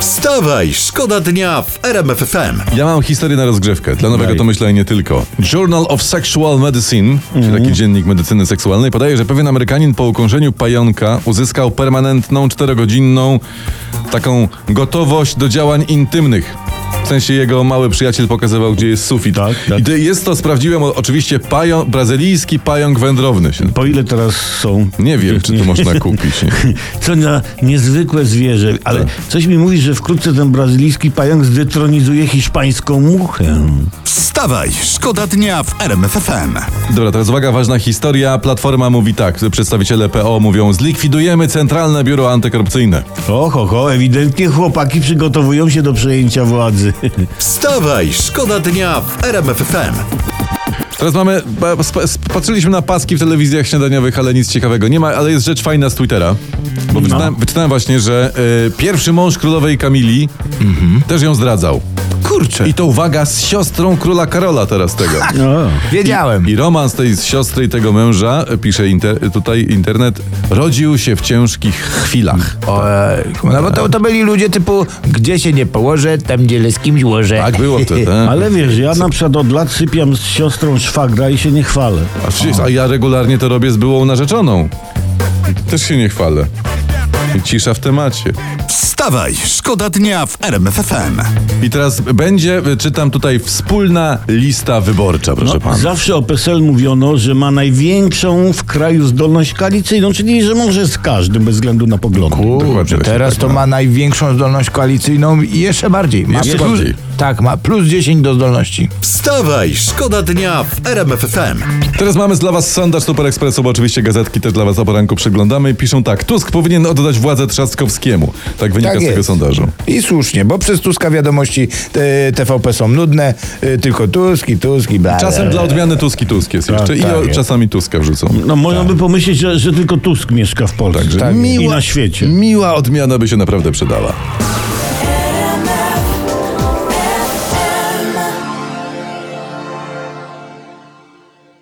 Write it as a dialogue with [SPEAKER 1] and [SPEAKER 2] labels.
[SPEAKER 1] Wstawaj, szkoda dnia w RMF FM.
[SPEAKER 2] Ja mam historię na rozgrzewkę, dla nowego to myślę i nie tylko. Journal of Sexual Medicine, czyli
[SPEAKER 3] Mhm.
[SPEAKER 2] taki dziennik medycyny seksualnej, podaje, że pewien Amerykanin po ukąszeniu pająka uzyskał permanentną, czterogodzinną taką gotowość do działań intymnych. W sensie jego mały przyjaciel pokazywał, gdzie jest sufit.
[SPEAKER 3] Tak, tak.
[SPEAKER 2] I to jest to, sprawdziłem, o- oczywiście pają, brazylijski pająk wędrowny. Się.
[SPEAKER 3] Po ile teraz są?
[SPEAKER 2] Nie wiem, czy to można kupić. Nie?
[SPEAKER 3] Co na niezwykłe zwierzę. Ale coś mi mówi, że wkrótce ten brazylijski pająk zdetronizuje hiszpańską muchę.
[SPEAKER 1] Wstawaj, szkoda dnia w RMF FM.
[SPEAKER 2] Dobra, teraz uwaga, ważna historia. Platforma mówi tak, przedstawiciele PO mówią, zlikwidujemy Centralne Biuro Antykorupcyjne.
[SPEAKER 3] Oho, ho, ewidentnie chłopaki przygotowują się do przejęcia władzy.
[SPEAKER 1] Wstawaj, szkoda dnia w RMF FM.
[SPEAKER 2] Teraz mamy, ba- sp- sp- patrzyliśmy na paski w telewizjach śniadaniowych, ale nic ciekawego nie ma, ale jest rzecz fajna z Twittera. Bo wyczytałem, wyczytałem właśnie, że y, pierwszy mąż królowej Kamili też ją zdradzał.
[SPEAKER 1] Kurczę,
[SPEAKER 2] I to uwaga, z siostrą króla Karola teraz tego.
[SPEAKER 3] No.
[SPEAKER 1] wiedziałem.
[SPEAKER 2] I romans tej z siostry i tego męża, y, pisze inter, tutaj internet, rodził się w ciężkich chwilach.
[SPEAKER 4] Ojku, no bo to, to byli ludzie typu, gdzie się nie położę, tam gdzie z kimś łożę.
[SPEAKER 2] Tak było wtedy. tak?
[SPEAKER 3] Ale wiesz, ja na przykład od lat sypiam z siostrą szwagra i się nie chwalę.
[SPEAKER 2] A, przecież, a ja regularnie to robię z byłą narzeczoną. Też się nie chwalę. I Cisza w temacie.
[SPEAKER 1] Wstawaj, szkoda dnia w RMF FM.
[SPEAKER 2] I teraz będzie, czytam tutaj, wspólna lista wyborcza,
[SPEAKER 4] No,
[SPEAKER 2] proszę pana.
[SPEAKER 3] No, Zawsze o PSL mówiono, że ma największą w kraju zdolność koalicyjną, czyli że może z każdym bez względu na poglądy.
[SPEAKER 2] Dokładnie
[SPEAKER 4] Kurczę,
[SPEAKER 2] właśnie
[SPEAKER 4] teraz
[SPEAKER 2] tak,
[SPEAKER 4] to
[SPEAKER 2] no.
[SPEAKER 4] ma największą zdolność koalicyjną i jeszcze bardziej. Ma
[SPEAKER 2] Jeszcze
[SPEAKER 4] plus,
[SPEAKER 2] bardziej.
[SPEAKER 4] Tak, ma plus 10 do zdolności.
[SPEAKER 1] Wstawaj, szkoda dnia w RMF FM.
[SPEAKER 2] Teraz mamy dla was sondaż Super Expressu, bo oczywiście gazetki też dla was o poranku przeglądamy i piszą tak. Tusk powinien oddać władzę Trzaskowskiemu. Tak wynika
[SPEAKER 4] Tak
[SPEAKER 2] z tego
[SPEAKER 4] jest.
[SPEAKER 2] sondażu.
[SPEAKER 4] I słusznie, bo przez Tuska wiadomości e, TVP są nudne, e, tylko Tusk i Tusk i bla. bla,
[SPEAKER 2] Czasem
[SPEAKER 4] bla.
[SPEAKER 2] dla odmiany Tuski Tusk jest jeszcze i
[SPEAKER 4] tak
[SPEAKER 2] o-
[SPEAKER 4] jest.
[SPEAKER 2] czasami Tuska wrzucą.
[SPEAKER 4] Tak
[SPEAKER 3] No można by pomyśleć, że, że tylko Tusk mieszka w Polsce
[SPEAKER 2] Także
[SPEAKER 3] i na świecie.
[SPEAKER 2] Miła odmiana by się naprawdę przydała.